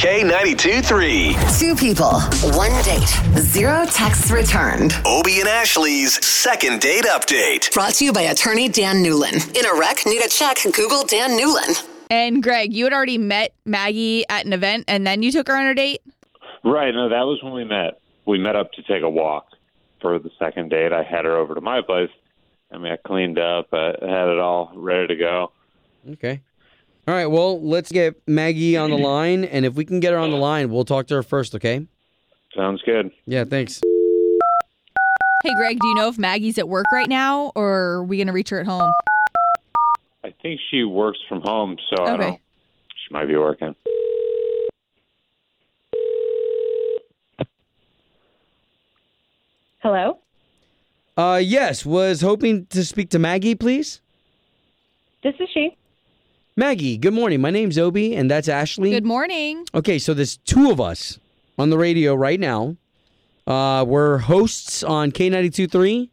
K92 3. Two people, one date, zero texts returned. Obie and Ashley's second date update. Brought to you by attorney Dan Newlin. In a wreck, need a check, Google Dan Newlin. And Greg, you had already met Maggie at an event and then you took her on a date? Right. No, that was when we met. We met up to take a walk for the second date. I had her over to my place. I mean, I cleaned up, I had it all ready to go. Okay. All right. Well, let's get Maggie on the line, and if we can get her on the line, we'll talk to her first. Okay. Sounds good. Yeah. Thanks. Hey, Greg, do you know if Maggie's at work right now or are we going to reach her at home? I think she works from home, so I Okay. don't. She might be working. Hello? Uh, yes. Was hoping to speak to Maggie, please. This is she. Maggie. Good morning. My name's Obi, and that's Ashley. Good morning. Okay, so there's two of us on the radio right now. Uh, we're hosts on K92.3.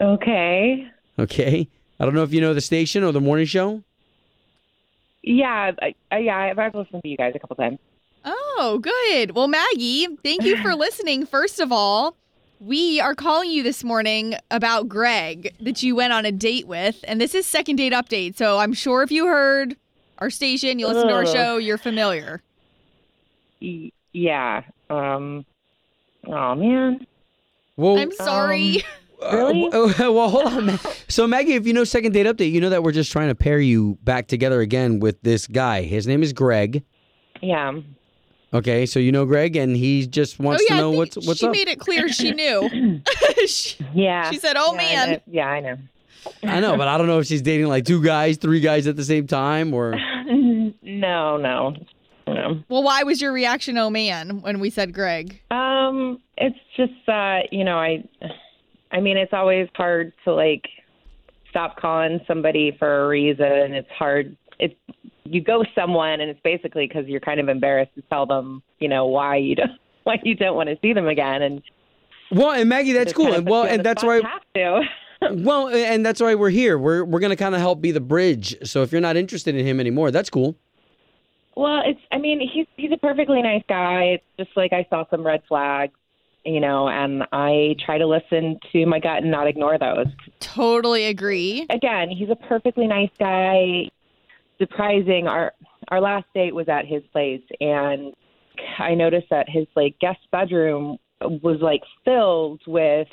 Okay. Okay. I don't know if you know the station or the morning show. Yeah, I, I, yeah, I've, I've listened to you guys a couple times. Oh, good. Well, Maggie, thank you for listening. First of all, we are calling you this morning about Greg that you went on a date with, and this is second date update. So I'm sure if you heard our station, you listen to our Ugh. show, you're familiar. Y- yeah. Um. Oh man. Um, Well, I'm sorry. uh, really? w- well, hold on. Ma- So, Maggie, if you know Second Date Update, you know that we're just trying to pair you back together again with this guy. His name is Greg. Yeah. Okay, so you know Greg, and he just wants oh yeah, to I know think what's what's she up. made it clear she knew. she, Yeah. she said, "Oh yeah, I man." know. yeah, I know. I know, but I don't know if she's dating like two guys, three guys at the same time, or no, no, no. Well, why was your reaction, "Oh man," when we said Greg? Um, it's just uh, you know, I, I mean, it's always hard to like stop calling somebody for a reason. It's hard. It's you go someone, and it's basically because you're kind of embarrassed to tell them, you know, why you don't why you don't want to see them again, and well, and Maggie, that's just cool. kind of And puts well, you on and the that's spot why to have to. Well, and that's why we're here. We're we're gonna kind of help be the bridge. So if you're not interested in him anymore, that's cool. Well, it's I mean, he's he's a perfectly nice guy. It's just like I saw some red flags, you know, and I try to listen to my gut and not ignore those. Totally agree. Again, he's a perfectly nice guy. Surprising our our last date was at his place and I noticed that his like guest bedroom was like filled with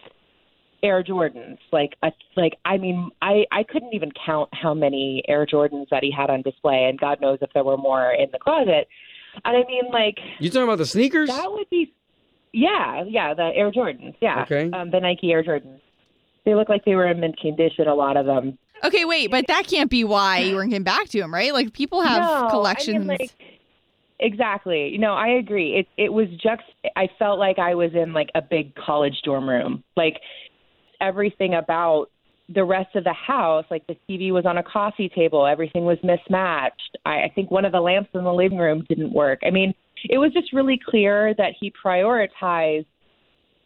Air Jordans. Like a, like I mean, I I couldn't even count how many Air Jordans that he had on display and God knows if there were more in the closet. And I mean like You talking about the sneakers? that would be, yeah, yeah, the Air Jordans, yeah, Okay. um, the Nike Air Jordans. They look like they were in mint condition, a lot of them. Okay, wait, but that can't be why you weren't getting back to him, right? Like people have No, I mean, collections. like, exactly. No, I agree. It it was just. I felt like I was in like a big college dorm room. Like everything about the rest of the house, like the TV was on a coffee table, everything was mismatched. I, I think one of the lamps in the living room didn't work. I mean, it was just really clear that he prioritized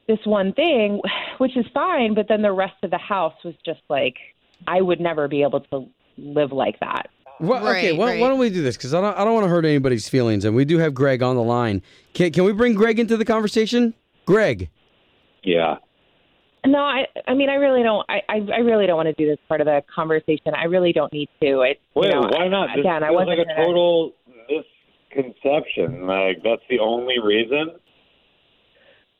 this one thing, which is fine, but then the rest of the house was just like, I would never be able to live like that. Well, okay, Right, why, why right. don't we do this? Because I don't I don't want to hurt anybody's feelings, and we do have Greg on the line. Can can we bring Greg into the conversation? Greg. Yeah. No, I I mean I really don't I, I I really don't want to do this part of the conversation. I really don't need to. It's Wait, you know, why not? This Again, I feels wasn't like a gonna- total misconception. Like that's the only reason.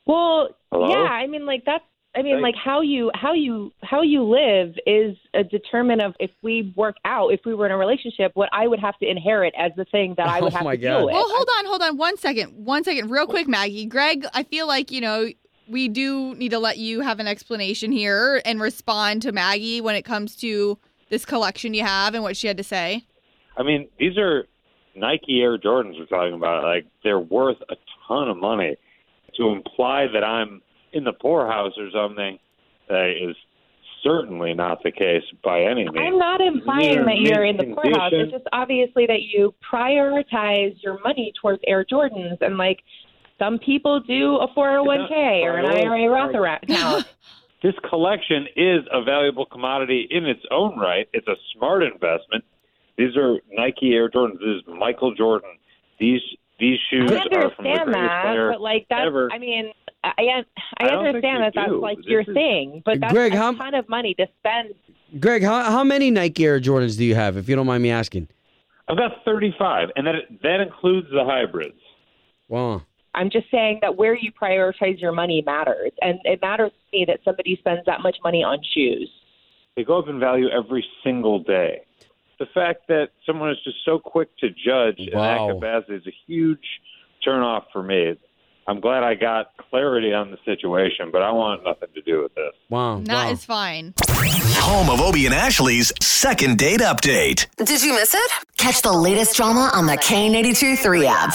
Well, Hello? yeah, I mean, like that's, I mean, Hey. like how you how you how you live is a determinant of if we work out, if we were in a relationship, what I would have to inherit as the thing that I would Oh, have my to God. deal with. Well, hold on, hold on one second. One second, real quick, Maggie. Greg, I feel like, you know, we do need to let you have an explanation here and respond to Maggie when it comes to this collection you have and what she had to say. I mean, these are Nike Air Jordans we're talking about, like they're worth a ton of money. To imply that I'm in the poorhouse or something uh, is certainly not the case by any means. I'm not implying Mere that you're in the mint poorhouse. condition. It's just obviously that you prioritize your money towards Air Jordans and like some people do a 401k or an IRA Roth ar- account. this collection is a valuable commodity in its own right. It's a smart investment. These are Nike Air Jordans. This is Michael Jordan. These these shoes I are uh, from the understand greatest that, player but like that's ever. I mean I I, I I don't think understand they that that's do. like This your is- thing, but that's Greg, a how- ton of money to spend. Greg, how, how many Nike Air Jordans do you have, if you don't mind me asking? I've got 35, and that that includes the hybrids. Wow. I'm just saying that where you prioritize your money matters, and it matters to me that somebody spends that much money on shoes. They go up in value every single day. The fact that someone is just so quick to judge Wow. in that capacity is a huge turnoff for me. I'm glad I got clarity on the situation, but I want nothing to do with this. Wow. Not wow. as fine. Home of Obie and Ashley's second date update. Did you miss it? Catch the latest drama on the K82 3 app.